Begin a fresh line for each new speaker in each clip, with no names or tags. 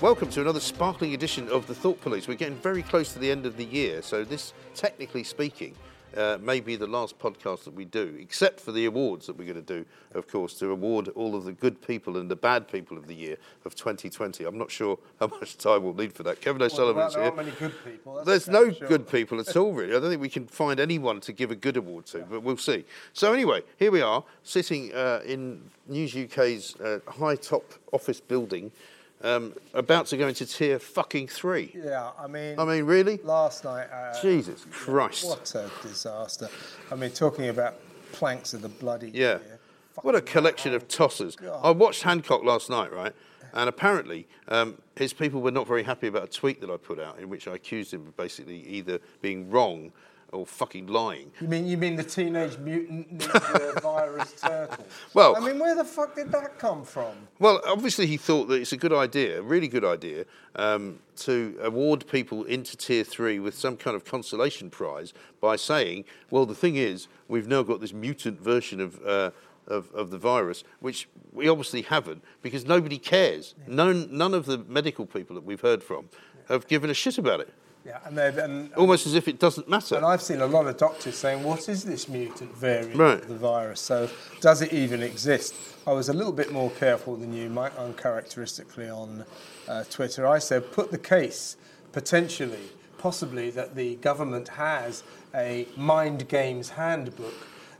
Welcome to another sparkling edition of the Thought Police. We're getting very close to the end of the year, so this, technically speaking, uh, may be the last podcast that we do, except for the awards that we're going to do, of course, to award all of the good people and the bad people of the year of 2020. I'm not sure how much time we'll need for that. Kevin O'Sullivan
Well,
is
there
here.
aren't many good people. that's
There's
okay,
no
sure.
good people at all, really. I don't think we can find anyone to give a good award to, but we'll see. So, anyway, here we are, sitting uh, in News UK's uh, high top office building, um, about to go into tier fucking three.
Yeah, I mean,
I mean, really?
last night. Uh,
Jesus Christ.
What a disaster! I mean, talking about planks of the bloody
Yeah.
year.
What a
Fucking
collection of
hell.
tossers.
God.
I watched Hancock last night, right? And apparently, um, his people were not very happy about a tweet that I put out in which I accused him of basically either being wrong or fucking lying.
You mean you mean the teenage mutant ninja virus turtle?
Well-
I mean, where the fuck did that come from?
Well, obviously, he thought that it's a good idea, a really good idea, um, to award people into tier three with some kind of consolation prize by saying, well, the thing is, we've now got this mutant version of. Uh, of, of the virus, which we obviously haven't, because nobody cares. None, none of the medical people that we've heard from have given a shit about it.
Yeah, and they've and,
Almost as if it doesn't matter.
and I've seen a lot of doctors saying, "What is this mutant variant
Right.
of the virus? So does it even exist?" I was a little bit more careful than you, Mike, uncharacteristically on uh, Twitter. I said, "Put the case potentially, possibly, that the government has a mind games handbook."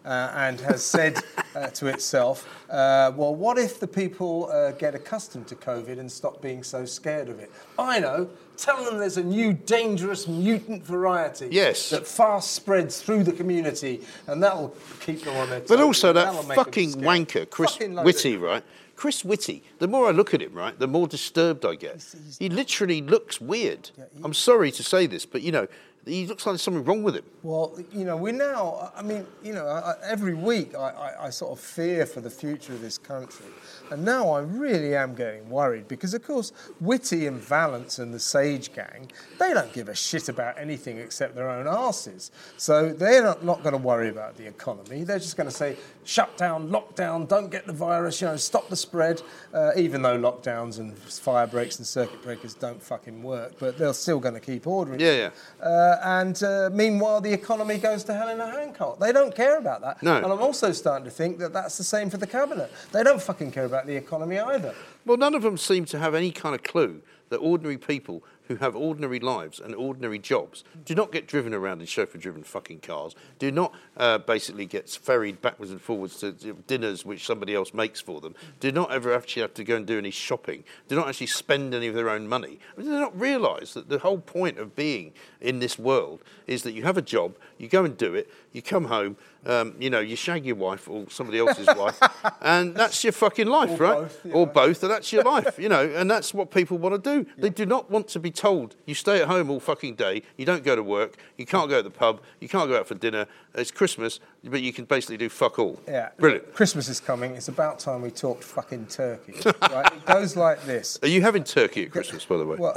uh, and has said uh, to itself, uh, well, what if the people uh, get accustomed to COVID and stop being so scared of it? I know. Tell them there's a new dangerous mutant variety
Yes.
that fast spreads through the community, and that'll keep them on their toes.
But also that
That'll make them
fucking
scared.
wanker, Chris
Fucking load
Whitty,
of-
right? Chris Whitty. The more I look at him, right, the more disturbed I get.
he's-
He literally looks weird. I'm sorry to say this, but you know, he looks like there's something wrong with him.
Well, you know, we're now, I I mean, you know, I, I- every week I, I, I sort of fear for the future of this country. And now I really am getting worried because, of course, Whitty and Valance and the Sage Gang, they don't give a shit about anything except their own arses. So they're not, not going to worry about the economy. They're just going to say, shut down, lockdown, don't get the virus, you know, stop the spread, uh, even though lockdowns and fire breaks and circuit breakers don't fucking work. But they're still going to keep ordering.
Yeah, yeah.
Uh, and uh, meanwhile, the economy goes to hell in a handcart. They don't care about that.
No.
And I'm also starting to think that that's the same for the cabinet. They don't fucking care about the economy either.
Well, none of them seem to have any kind of clue that ordinary people who have ordinary lives and ordinary jobs do not get driven around in chauffeur-driven fucking cars, do not uh, basically get ferried backwards and forwards to d- dinners which somebody else makes for them, do not ever actually have to go and do any shopping, do not actually spend any of their own money. I mean, do they not realise that the whole point of being in this world is that you have a job, you go and do it, you come home, um, you know, you shag your wife or somebody else's wife, and that's your fucking life,
Or
right?
both, yeah.
Or both, and that's your life, you know, and that's what people want to do. They do not want to be told you stay at home all fucking day, you don't go to work, you can't go to the pub, you can't go out for dinner, it's Christmas, but you can basically do fuck all.
Yeah.
Brilliant.
Christmas is coming. It's about time we talked fucking turkey. right? It goes like this.
Are you having turkey at Christmas, by the way?
Well,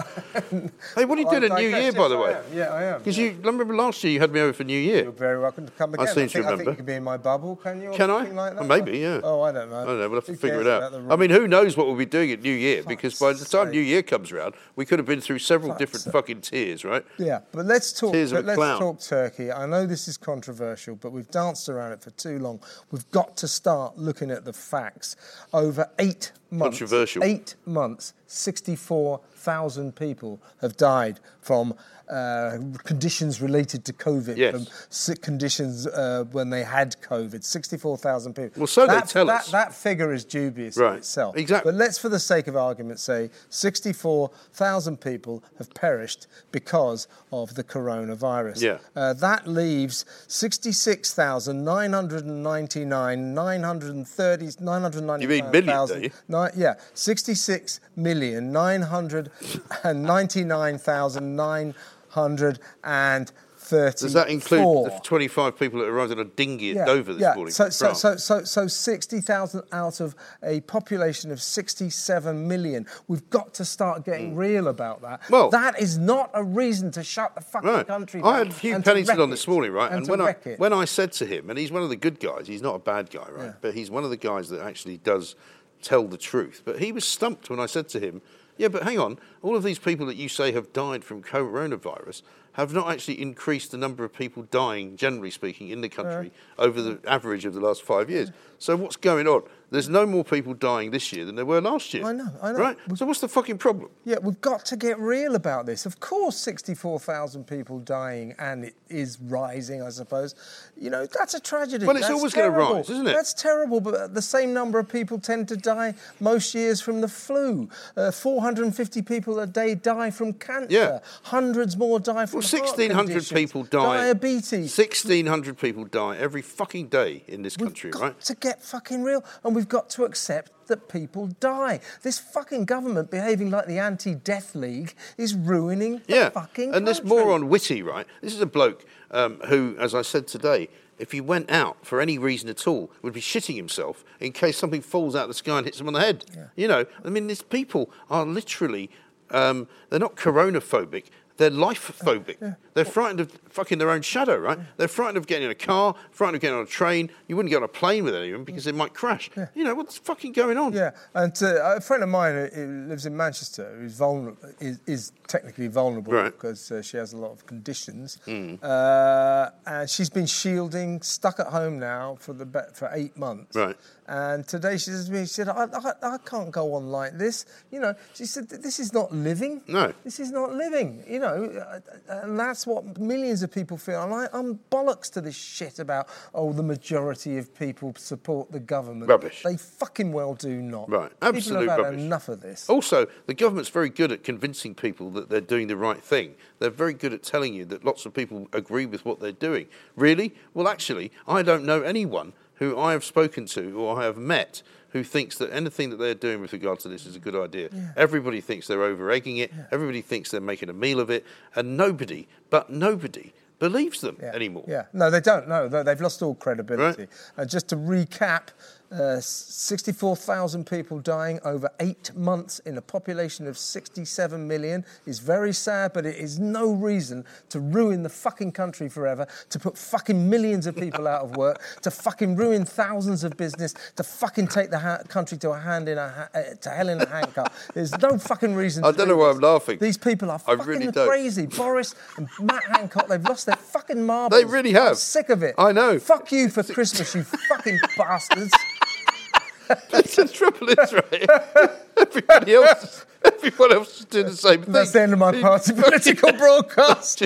Hey, what are you
I
doing at New
digress.
Year, by
Yes,
the
I
way?
am. Yeah, I am.
Because you remember last year you had me over for New Year.
You're very welcome to come again.
seem to
think, I think
remember.
you can be in my bubble, can you? or
Can I?
something Like that?
Maybe, yeah.
Oh, I don't know.
I don't know. We'll have to
Who
figure
cares
it out.
about the
I mean, who knows what we'll be doing at New Year? Because by the
Fuck's
time
sake.
New Year comes round, we could have been through several
Fuck's
different
sake.
fucking tiers, right?
Yeah, but let's talk.
Tears of
But
a
let's
clown.
talk Turkey. I know this is controversial, but we've danced around it for too long. We've got to start looking at the facts. Over eight months,
Controversial.
Eight months, sixty-four thousand people have died from uh, conditions related to COVID.
Yes.
From sick conditions uh, when they had COVID. Sixty-four thousand people.
Well, so they
That-
tell
that-
us.
That figure is dubious in
Right.
itself.
Exactly.
But let's, for the sake of argument, say 64,000 people have perished because of the coronavirus.
Yeah.
Uh, that leaves 66,999, 930, 999,000.
You mean million, don't you?
Ni- yeah, 66 million, 999,930.
Does that include the 25 people that arrived on a dinghy at Dover this morning?
So,
from
so,
France?
so, so, so 60,000 out of a population of 67 million. We've got to start getting real about that.
Hmm. Well-
that is not a reason to shut the fucking
Right.
country down.
I had Hugh
and to
Pennington
wreck
on
it,
this morning, right?
And,
And,
to
when I
wreck it.
when I said to him, and he's one of the good guys. He's not a bad guy, right? But he's one of the guys that actually does tell the truth. But he was stumped when I said to him, Yeah, but hang on. All of these people that you say have died from coronavirus have not actually increased the number of people dying, generally speaking, in the
Uh-huh.
country over the average of the last five years. So what's going on? There's no more people dying this year than there were last year.
I know, I know.
Right? So what's the fucking problem?
Yeah, we've got to get real about this. Of course, 64,000 people dying and it is rising, I suppose. You know, that's a tragedy.
Well, it's
That's
always gonna
terrible.
rise, isn't it?
That's terrible, but the same number of people tend to die most years from the flu. Uh, 450 people a day die from cancer.
Yeah.
Hundreds more die from
Well,
heart
1,600
conditions,
people die.
Diabetes.
1,600 people die every fucking day in this country,
We've got
right?
to get fucking real, and we've got to accept that people die. This fucking government behaving like the anti-death league is ruining the
yeah.
fucking.
and this
country.
moron Witty, right? This is a bloke um, who, as I said today, if he went out for any reason at all, would be shitting himself in case something falls out of the sky and hits him on the head. You know, I mean, these people are literally, um, they're not coronaphobic. They're life phobic. They're frightened of fucking their own shadow, right? They're frightened of getting in a car, frightened of getting on a train. You wouldn't get on a plane with anyone because they might crash. You know, what's fucking going on?
Yeah, and uh, a friend of mine who- who lives in Manchester who's vulnerable is, is technically vulnerable
Right. Hmm.
because uh, she has a lot of conditions, uh, and she's been shielding, stuck at home now for the be- for eight months.
Right.
And today she says to me, she said, I, I, I can't go on like this. You know, she said, this is not living.
No.
This is not living, you know. uh, And that's what millions of people feel. And I, I'm bollocks to this shit about, oh, the majority of people support the government.
Rubbish.
They fucking well do not.
Right, absolute
People have had
rubbish. Oh,
enough of this.
Also, the government's very good at convincing people that they're doing the right thing. They're very good at telling you that lots of people agree with what they're doing. Really? Well, actually, I don't know anyone who I have spoken to or I have met who thinks that anything that they're doing with regard to this is a good idea. Everybody thinks they're over egging it, everybody thinks they're making a meal of it, and nobody, but nobody, believes them
Yeah,
anymore.
Yeah, no, they don't. No, they- they've lost all credibility.
Right.
Uh, just to recap, uh, 64,000 people dying over eight months in a population of 67 million is very sad, but it is no reason to ruin the fucking country forever, to put fucking millions of people out of work, to fucking ruin thousands of business, to fucking take the ha- country to a hand in a ha- uh, to hell in a handcuff. There's no fucking reason.
I
to
don't
do
know why I'm
this.
laughing.
These people are
I
fucking
really don't.
crazy. Boris and Matt Hancock, they've lost their fucking marbles.
They really have.
I'm sick of it.
I know.
Fuck you for Christmas, you fucking bastards.
That's a triple is right. everybody else everyone else is doing the same thing.
That's the end of my party political broadcast.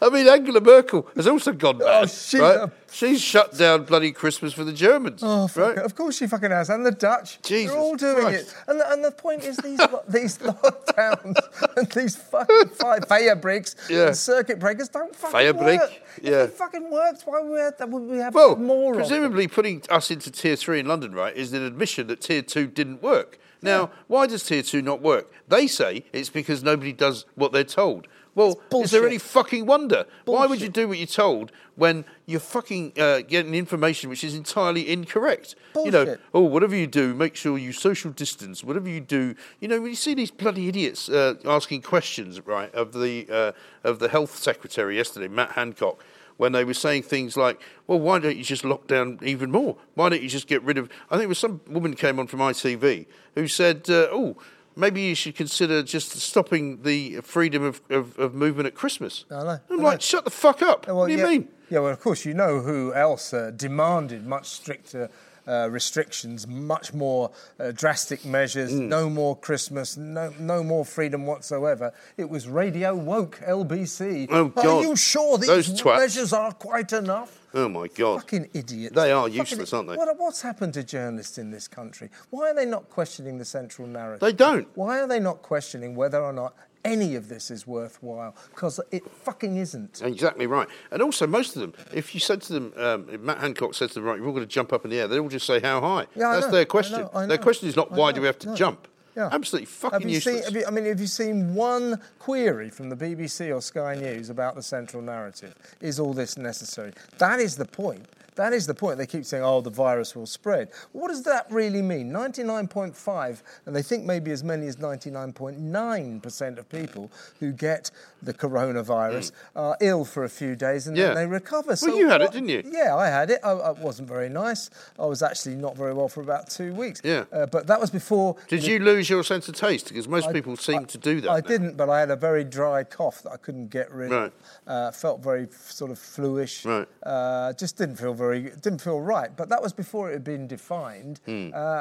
I mean, Angela Merkel has also gone mad.
Oh, she-
right? She's shut down bloody Christmas for the Germans.
Oh, fuck
right?
it. Of course she fucking has, and the Dutch.
Jesus
They're all doing
Christ.
it. And the, and the point is, these lo- these lockdowns and these fucking fi- fire breaks
Yeah.
and circuit breakers don't fucking
Fire break,
work.
yeah.
If it fucking works, why would we have, would we have
Well,
more of them?
presumably putting us into tier three in London, right, is an admission that tier two didn't work. Now, why does tier two not work? They say it's because nobody does what they're told. Well,
It's
is there
bullshit.
any fucking wonder? Why would you
Bullshit.
do what you're told when you're fucking uh, getting information which is entirely incorrect? You know,
Bullshit.
oh, whatever you do, make sure you social distance. Whatever you do, you know, when you see these bloody idiots uh, asking questions, right, of the uh, of the health secretary yesterday, Matt Hancock, when they were saying things like, "Well, why don't you just lock down even more? Why don't you just get rid of?" I think it was some woman came on from ITV who said, uh, "Oh." Maybe you should consider just stopping the freedom of, of, of movement at Christmas.
I know,
I'm
I
like,
know.
shut the fuck up.
Oh, Well,
what do you
yeah,
mean?
Yeah, well, of course, you know who else uh, demanded much stricter uh, restrictions, much more uh, drastic measures,
Mm.
no more Christmas, no, no more freedom whatsoever. It was Radio Woke LBC.
Oh,
Are
God.
you sure these
Those twats.
measures are quite enough?
Oh my god.
Fucking idiots.
They are
Fucking-
useless, aren't they?
What, what's happened to journalists in this country? Why are they not questioning the central narrative?
They don't.
Why are they not questioning whether or not any of this is worthwhile? Because it fucking isn't.
Exactly right. And also, most of them, if you said to them, um, if Matt Hancock said to them, right, you're all going to jump up in the air, they all just say, how high?
Yeah, I
That's
know, I
their
know,
question.
I
Their
know,
question is not,
I
why
know,
do we have to
no.
jump?
Yeah.
Absolutely fucking
have you
useless.
Seen, have you, I mean, have you seen one query from the BBC or Sky News about the central narrative? Is all this necessary? That is the point. That is the point. They keep saying, oh, the virus will spread. What does that really mean? 99.5, and they think maybe as many as 99.9% of people who get the coronavirus are ill for a few days and
Hmm. Yeah.
then they recover.
Well, you had it,
what-
didn't you?
Yeah, I had it. I, I wasn't very nice. I was actually not very well for about two weeks.
Yeah.
Uh, but that was before
Did you lose your sense of taste? Because most people seem to do that.
I
now.
didn't, but I had a very dry cough that I couldn't get rid
Right.
of. Uh, felt very f- sort of fluish.
Right.
Uh, just didn't feel very, didn't feel right. But that was before it had been defined, uh,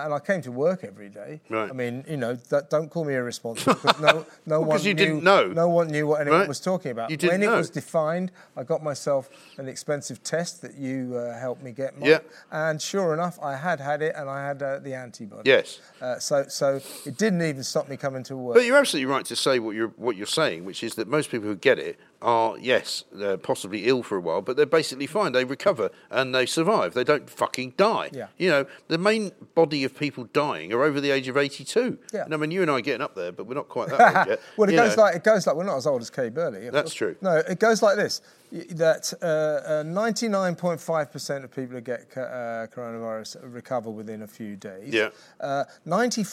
and I came to work every day.
Hmm. Right.
I mean, you know, that, don't call me irresponsible. 'cause no, no
Well, 'cause
one
you
knew,
didn't know.
No one knew what anyone
Right.
was talking about.
You didn't
when
know.
it was defined, I got myself an expensive test that you uh, helped me get. Mike,
Yeah.
And sure enough, I had had it, and I had uh, the antibody.
Yes.
Uh, so, so it didn't even stop me coming to work.
But you're absolutely right to say what you're what you're saying, which is that most people who get it are yes, they're possibly ill for a while, but they're basically fine. They recover and they survive. They don't fucking die.
Yeah.
You know, the main body of people dying are over the age of 82.
Yeah.
And I mean, you and I are getting up there, but we're not quite that old yet.
well, it
you
goes
know.
like it goes like we're not as old as Kay Burley. of
That's true.
course. No, it goes like this: y- that uh, uh, 99.5% of people who get co- uh, coronavirus recover within a few days.
Yeah.
Uh,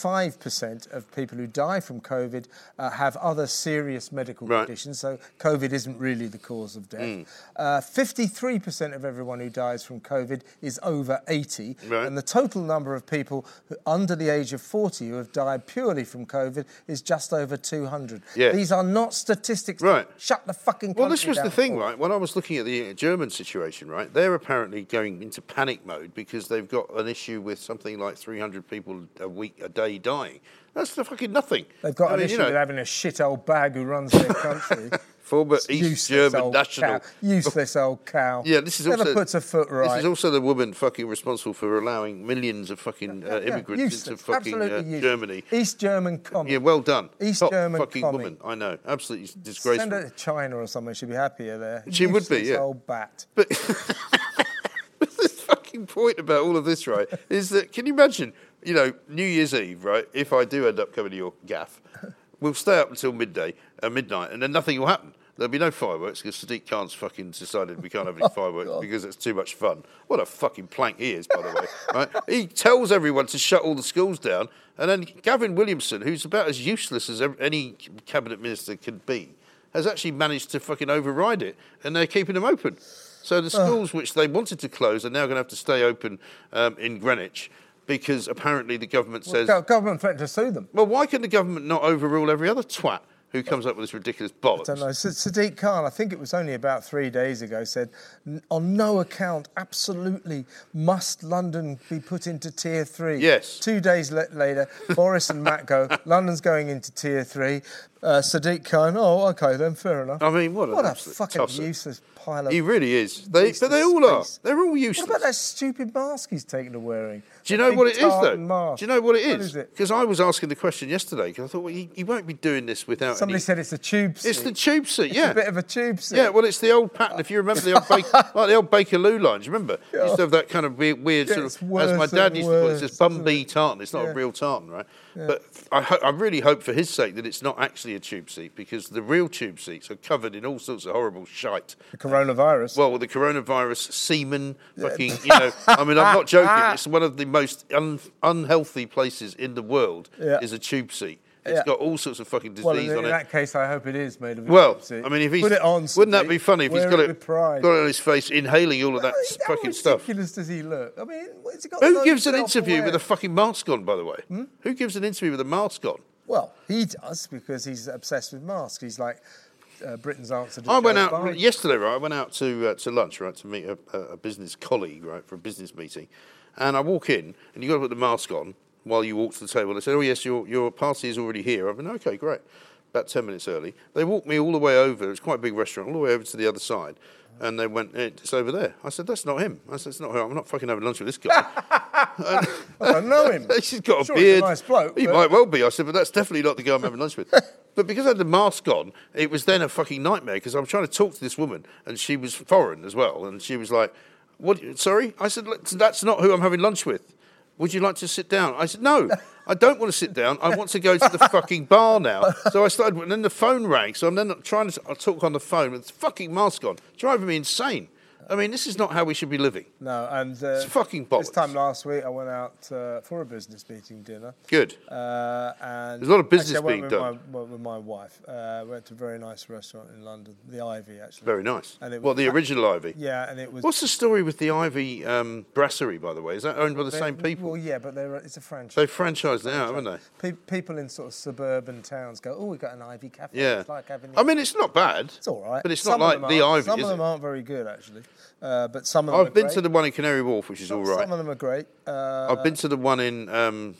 95% of people who die from COVID uh, have other serious medical
Right. Mm.
conditions, so COVID isn't really the cause of death. Uh, 53% of everyone who dies from COVID is over 80,
Right.
and the total number of people who, under the age of 40 who have died purely from COVID is just over 200.
Yeah.
These are not statistics. that
Right.
Shut the fucking
Well, this
country
was the
down
thing,
for.
right? When I was looking at the uh, German situation, right, they're apparently going into panic mode because they've got an issue with something like 300 people a week, a day dying. That's the fucking nothing.
They've got
I
an
mean,
issue
you know,
with having a shit old bag who runs their country.
Former
It's
East
useless
German
old
national.
Cow. Useless old cow.
Yeah, this is
Never
also
puts a foot right.
This is also uh, the woman fucking responsible for allowing millions of fucking uh,
Yeah,
immigrants into
useless,
fucking
absolutely
uh,
useless.
Germany.
East German comic.
Yeah, well done.
East
Top
German
fucking
comic.
woman. I know, absolutely
Send
disgraceful.
her to China or somewhere. She'd be happier there.
She would be,
Useless
yeah.
Old bat.
But the fucking point about all of this, right, is that can you imagine, you know, New Year's Eve, right? If I do end up coming to your gaff, we'll stay up until midday, uh, midnight, and then nothing will happen. There'll be no fireworks because Sadiq Khan's fucking decided we can't have
Oh,
any fireworks because it's too much fun. What a fucking plank he is, by the way. Right? He tells everyone to shut all the schools down, and then Gavin Williamson, who's about as useless as ev- any cabinet minister could be, has actually managed to fucking override it, and they're keeping them open. So the schools which they wanted to close are now going to have to stay open um, in Greenwich because apparently the government says,
Go- Government threatened to sue them.
well, why can the government not overrule every other twat who comes up with this ridiculous bollocks?
I don't know. Sa- Sadiq Khan, I think it was only about three days ago, said, "N- on no account, absolutely must London be put into tier three.
Yes.
Two days le- later, Boris and Matt go, London's going into tier three. Uh, Sadiq Khan, oh, okay, then fair enough.
I mean, what an
what a
absolute
fucking
tosser.
useless pile of.
He really is. They, but
Useless
they all are.
space.
They're all
what
useless.
about that stupid mask he's taken to wearing?
Do you
That
know
big
what it is, though?
tartan mask.
Do you know what it
What
is?
is it?
Because I was asking the question yesterday because I thought, well, he, he won't be doing this without
Somebody
any.
said it's a tube seat.
it's the tube seat,
It's
yeah.
a bit of a tube seat.
Yeah, well, it's the old pattern. If you remember the old Baker, like the old Baker Lou lines, remember? It used to have that kind of weird, weird
Yeah,
sort
it's
of. As my
worse
dad
and
used to call it,
worse,
it's just
isn't
bum tartan. It's not
Yeah.
a real tartan, right? But I, ho- I really hope for his sake that it's not actually a tube seat because the real tube seats are covered in all sorts of horrible shite.
the coronavirus.
Well, with the coronavirus, semen, fucking, you know. I mean, I'm not joking. It's one of the most un- unhealthy places in the world.
Yeah.
Is a tube seat. It's
Yeah.
got all sorts of fucking disease
Well, in,
on
in
it.
that case, I hope it is made of. a
Well,
gypsy.
I mean, if he's
put it on,
wouldn't that
Sadiq?
be funny if he's
Wear
got it,
with pride.
got it on his face, inhaling all of that
How-
s-
how
fucking stuff?
ridiculous does he look? I mean, what's he got?
Who
no
gives an interview
self-aware-
with a fucking mask on? By the way,
Hmm?
who gives an interview with a mask on?
Well, he does because he's obsessed with masks. He's like uh, Britain's answer to.
I went
Joe
out
Biden.
yesterday, right? I went out to uh, to lunch, right, to meet a, a a business colleague, right, for a business meeting, and I walk in, and you got to put the mask on while you walk to the table. They said, "Oh yes, your your party is already here." I've been okay, great. About ten minutes early, they walked me all the way over. It's quite a big restaurant, all the way over to the other side, and they went, "Eh, "It's over there." I said, "That's not him." I said, "It's not him. I'm not fucking having lunch with this guy."
I don't know him.
She's got a
Sure, he's a
beard.
nice bloke,
he
but-
might well be. I said, but that's definitely not the guy I'm having lunch with. But because I had the mask on, it was then a fucking nightmare because I'm trying to talk to this woman and she was foreign as well. And she was like, what? Sorry? I said, "Look, that's not who I'm having lunch with. Would you like to sit down? I said, no, I don't want to sit down. I want to go to the fucking bar now. So I started, and then the phone rang. So I'm then trying to talk on the phone with the fucking mask on, driving me insane. I mean, this is not how we should be living.
No, and uh,
It's fucking
This time
bollocks.
last week, I went out uh, for a business meeting dinner.
Good.
Uh, and
There's a lot of business
actually, I
being
went with
done.
My, went with my wife. Uh, went to a very nice restaurant in London, the Ivy, actually.
Very nice.
And it
Well,
was-
the original Ivy.
Yeah, and it was.
What's the story with the Ivy um, Brasserie, by the way? Is that owned by the
they-
same people?
Well, yeah, but they're, it's a franchise.
They've franchised it out, haven't they?
Pe- people in sort of suburban towns go, oh, we've got an Ivy cafe.
Yeah.
It's like having
I mean, it's not bad.
it's all right.
But it's
Some
not
of
like
them
the
aren't-
Ivy,
Some
is
of them
it?
aren't very good, actually. Uh, but some of them
I've
are
been
great.
to the one in Canary Wharf, which is all right.
Some of them are great. Uh,
I've been to the one in um,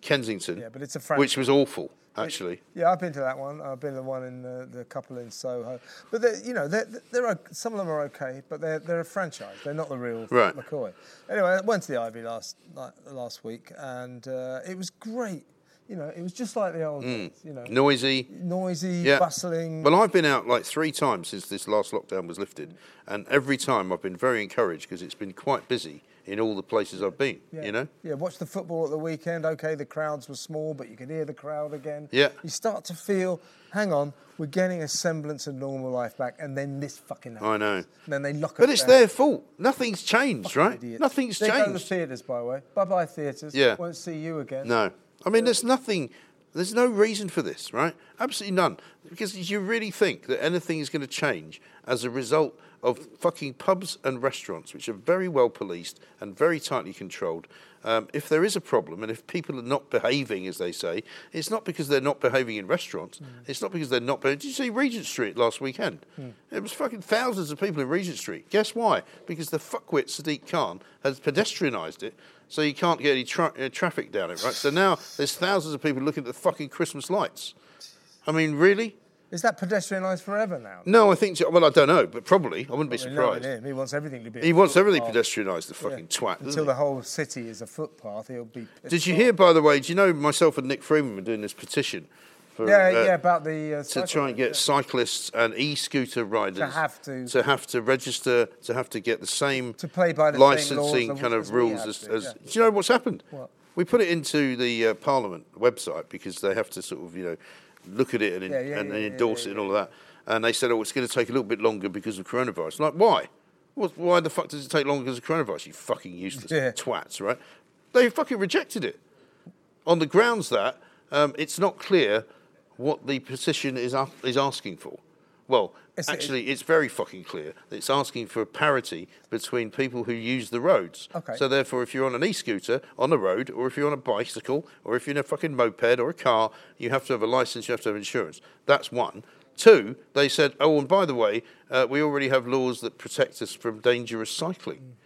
Kensington,
yeah, but it's a franchise.
which was awful, actually.
Yeah, I've been to that one. I've been to the one in the, the couple in Soho. But they're- you know, they're, they're, o- some of them are okay, but they're they're a franchise. They're not the real
Right.
McCoy. Anyway, I went to the Ivy last night, last week, and uh, it was great. You know, it was just like the old
Hmm.
days. You know,
Noisy.
noisy,
Yeah.
bustling.
Well, I've been out like three times since this last lockdown was lifted, and every time I've been very encouraged because it's been quite busy in all the places I've been. You know,
Yeah, watch the football at the weekend. Okay, the crowds were small, but you could hear the crowd again.
Yeah.
You start to feel, hang on, we're getting a semblance of normal life back, and then this fucking happens.
I know.
And then they lock
But
us
it's
down.
their fault. Nothing's changed, right?
Idiots.
Nothing's
they go to the
changed.
theatres, by the way. Bye bye, theatres.
Yeah.
Won't see you again.
No. I mean, there's nothing, there's no reason for this, right? Absolutely none. Because you really think that anything is going to change as a result of fucking pubs and restaurants, which are very well policed and very tightly controlled. Um, if there is a problem and if people are not behaving, as they say, it's not because they're not behaving in restaurants. It's not because they're not behaving. Did you see Regent Street last weekend? It was fucking thousands of people in Regent Street. Guess why? Because the fuckwit Sadiq Khan has pedestrianised it so you can't get any tra- uh, traffic down it, right? So now there's thousands of people looking at the fucking Christmas lights. I mean, really?
Is that pedestrianised forever now?
No, I think, well, I don't know, but probably. I wouldn't be
I mean, look at
surprised.
him. He wants everything to be.
He wants everything
footpath.
pedestrianised, the fucking
Oh. Yeah.
twat.
Until
doesn't
the
he?
whole city is a footpath, he'll be.
Did you hear, by the way, do you know myself and Nick Freeman were doing this petition for
Yeah,
uh,
yeah, about the. Uh,
to try and
cycleway.
get cyclists and e-scooter riders
have to-
to have to register to have to get the same
To play by the same laws
licensing
and
kind
as
of
we
rules
have
as,
to,
as
yeah.
do you know what's happened
What?
we put it into the uh, parliament website because they have to sort of you know look at it and,
Yeah, yeah,
and,
yeah,
and
yeah,
endorse
yeah,
it and all of that and they said oh it's going to take a little bit longer because of coronavirus like why What- why the fuck does it take longer because of coronavirus you fucking useless
Yeah.
twats right they fucking rejected it on the grounds that um, it's not clear what the petition is, a- is asking for. Well,
It's-
actually, it's very fucking clear. It's asking for parity between people who use the roads.
Okay.
So, therefore, if you're on an e scooter on the road, or if you're on a bicycle, or if you're in a fucking moped or a car, you have to have a license, you have to have insurance. That's one. Two, they said, oh, and by the way, uh, we already have laws that protect us from dangerous cycling.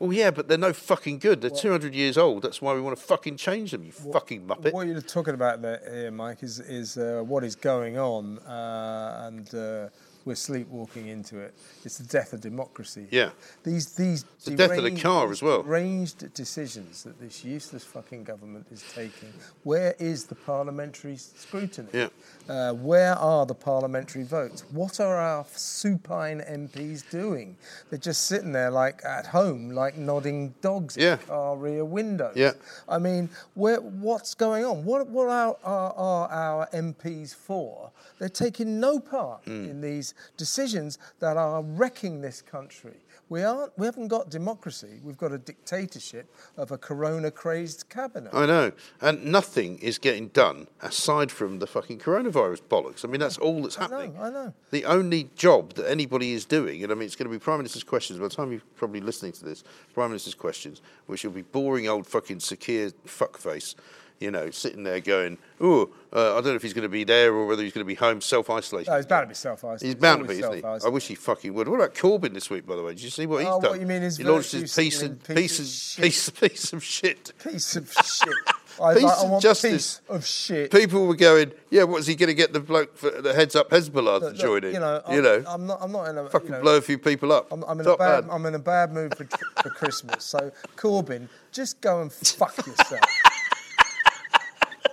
Well, yeah, but they're no fucking good. They're 200 years old. That's why we want to fucking change them, you fucking muppet.
What you're talking about there, here, Mike, is is uh, what is going on, uh, and uh, we're sleepwalking into it. It's the death of democracy.
Yeah.
These these it's
the death of the car as well.
Ranged decisions that this useless fucking government is taking. Where is the parliamentary scrutiny?
Yeah.
Uh, where are the parliamentary votes? What are our supine MPs doing? They're just sitting there like at home, like nodding dogs
Yeah.
in car rear windows.
Yeah.
I mean, where, what's going on? What, what are, are, are our MPs for? They're taking no part
Hmm.
in these decisions that are wrecking this country. We, aren't, we haven't got democracy. We've got a dictatorship of a corona crazed cabinet.
I know. And nothing is getting done aside from the fucking coronavirus bollocks. I mean, that's all that's happening.
I know.
The only job that anybody is doing, and I mean, it's going to be Prime Minister's Questions. By the time you're probably listening to this, Prime Minister's Questions, which will be boring old fucking Sakir fuckface, you know, sitting there going, oh, uh, I don't know if he's going to be there or whether he's going to be home self isolated.
No, it's bound to be self isolated.
He's bound to be, isn't he? I wish he fucking would. What about Corbyn this week, by the way? Did you see what he's
Oh,
done?
what you mean his
he launched his
virtue
piece and
signaling
piece
piece of
and
shit.
piece, piece of shit.
Piece of shit. I,
Piece
like, I
of
want
justice.
piece of shit.
People were going, yeah, what's he going to get the bloke for the heads up Hezbollah
Look,
to
look,
join in?
You know, I'm, I'm not. I'm not in a
fucking
you know,
blow a few people up.
I'm, I'm in a
Top
bad.
man.
I'm in a bad mood for, for Christmas. So Corbyn, just go and fuck yourself.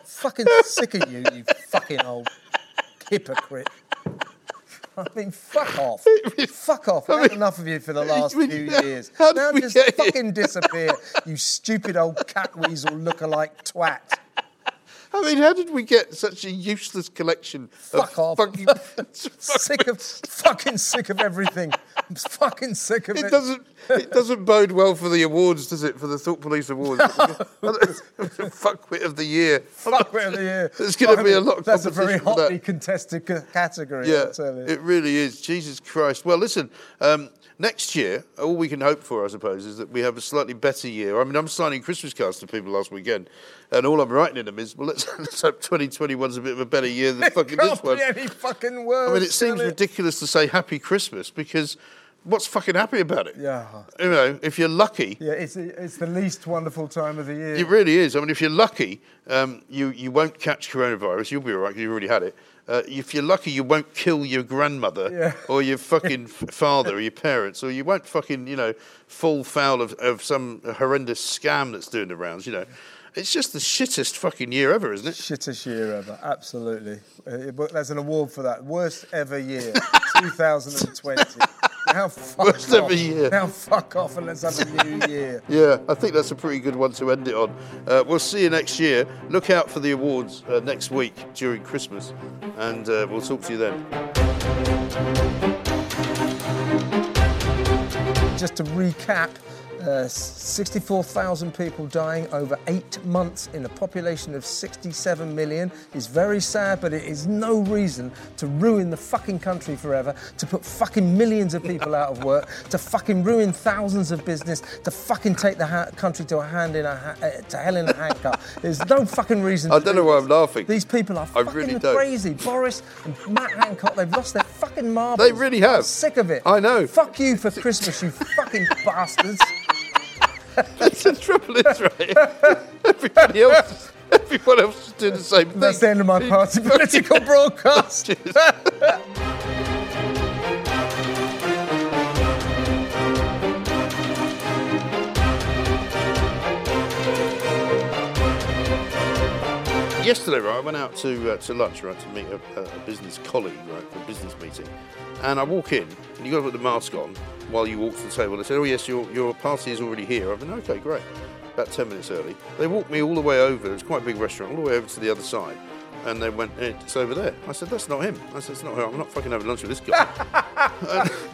fucking sick of you, you fucking old hypocrite. I mean, fuck off. fuck off. I've had enough of you for the last
when-
few
how-
years.
how did
Now
we
just
get here?
fucking disappear, you stupid old cat weasel lookalike twat.
I mean, how did we get such a useless collection
Fuck
of
off.
fucking
sick of fucking sick of everything. I'm fucking sick of it.
It doesn't. It doesn't bode well for the awards, does it? For the Thought Police Awards, fuckwit of the year.
Fuck me over the year.
There's going to
Fuck
be
me.
a lot. Of
That's a very
competition for that.
hotly contested c- category.
Yeah,
I'll tell you.
it really is. Jesus Christ. Well, listen, um, next year, all we can hope for, I suppose, is that we have a slightly better year. I mean, I'm signing Christmas cards to people last weekend, and all I'm writing in them is, well, let's, let's hope 2021's a bit of a better year than fucking this
Can't
one.
be any fucking words.
I mean, it seems
can
ridiculous to say Happy Christmas because what's fucking happy about it?
Yeah.
You know, if you're lucky,
Yeah, it's, it's the least wonderful time of the year.
It really is. I mean, if you're lucky, um, you, you won't catch coronavirus. You'll be all right 'cause you've already had it. Uh, if you're lucky, you won't kill your grandmother
Yeah.
or your fucking f- father or your parents, or you won't fucking, you know, fall foul of, of some horrendous scam that's doing the rounds, you know. It's just the shittest fucking year ever, isn't it?
Shittest year ever, absolutely. Uh, but there's an award for that. Worst ever year, 2020. Now fuck
Worst
off.
ever year.
Now fuck off and let's have a new year.
Yeah, I think that's a pretty good one to end it on. Uh, we'll see you next year. Look out for the awards uh, next week during Christmas, and uh, we'll talk to you then.
Just to recap, uh, 64,000 people dying over eight months in a population of 67 million is very sad, but it is no reason to ruin the fucking country forever, to put fucking millions of people out of work, to fucking ruin thousands of business, to fucking take the ha- country to a hand in a ha- uh, to hell in a handcuff. There's no fucking reason.
I
to
don't
do
know why I'm
this.
laughing.
These people are
I
fucking
really don't.
crazy. Boris and Matt Hancock, they've lost their fucking marbles.
They really have.
I'm sick of it.
I know.
Fuck you for Christmas, you fucking bastards.
That's the trouble, is right? Everybody else, everyone else is doing the same thing.
That's the end of my party political broadcast.
Yesterday, right, I went out to uh, to lunch, right, to meet a, a a business colleague, right, for a business meeting, and I walk in, and you got to put the mask on while you walk to the table. They said, "Oh yes, your your party is already here." I've been okay, great. About ten minutes early, they walked me all the way over. It's quite a big restaurant, all the way over to the other side, and they went, "It's over there." I said, "That's not him." I said, "It's not her. I'm not fucking having lunch with this guy."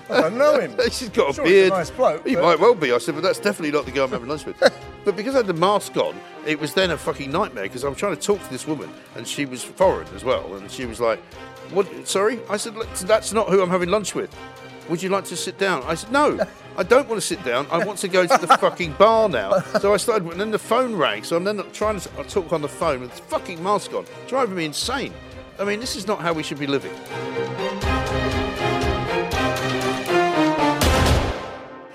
I don't know him.
She's got a
Sure, he's a
beard.
nice bloke,
he
but-
might well be. I said, but that's definitely not the guy I'm having lunch with. but because I had the mask on, it was then a fucking nightmare because I was trying to talk to this woman and she was foreign as well. And she was like, what? Sorry? I said, "Look, that's not who I'm having lunch with. Would you like to sit down? I said, no, I don't want to sit down. I want to go to the fucking bar now. So I started, and then the phone rang. So I'm then trying to talk on the phone with the fucking mask on, driving me insane. I mean, this is not how we should be living.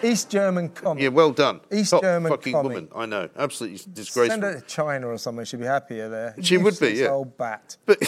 East German comic.
Yeah, well done.
East
Top
German
fucking
comic.
woman. I know. Absolutely disgraceful.
Send her to China or something. She'd be happier there.
She would be,
Useless
yeah.
Old bat.
But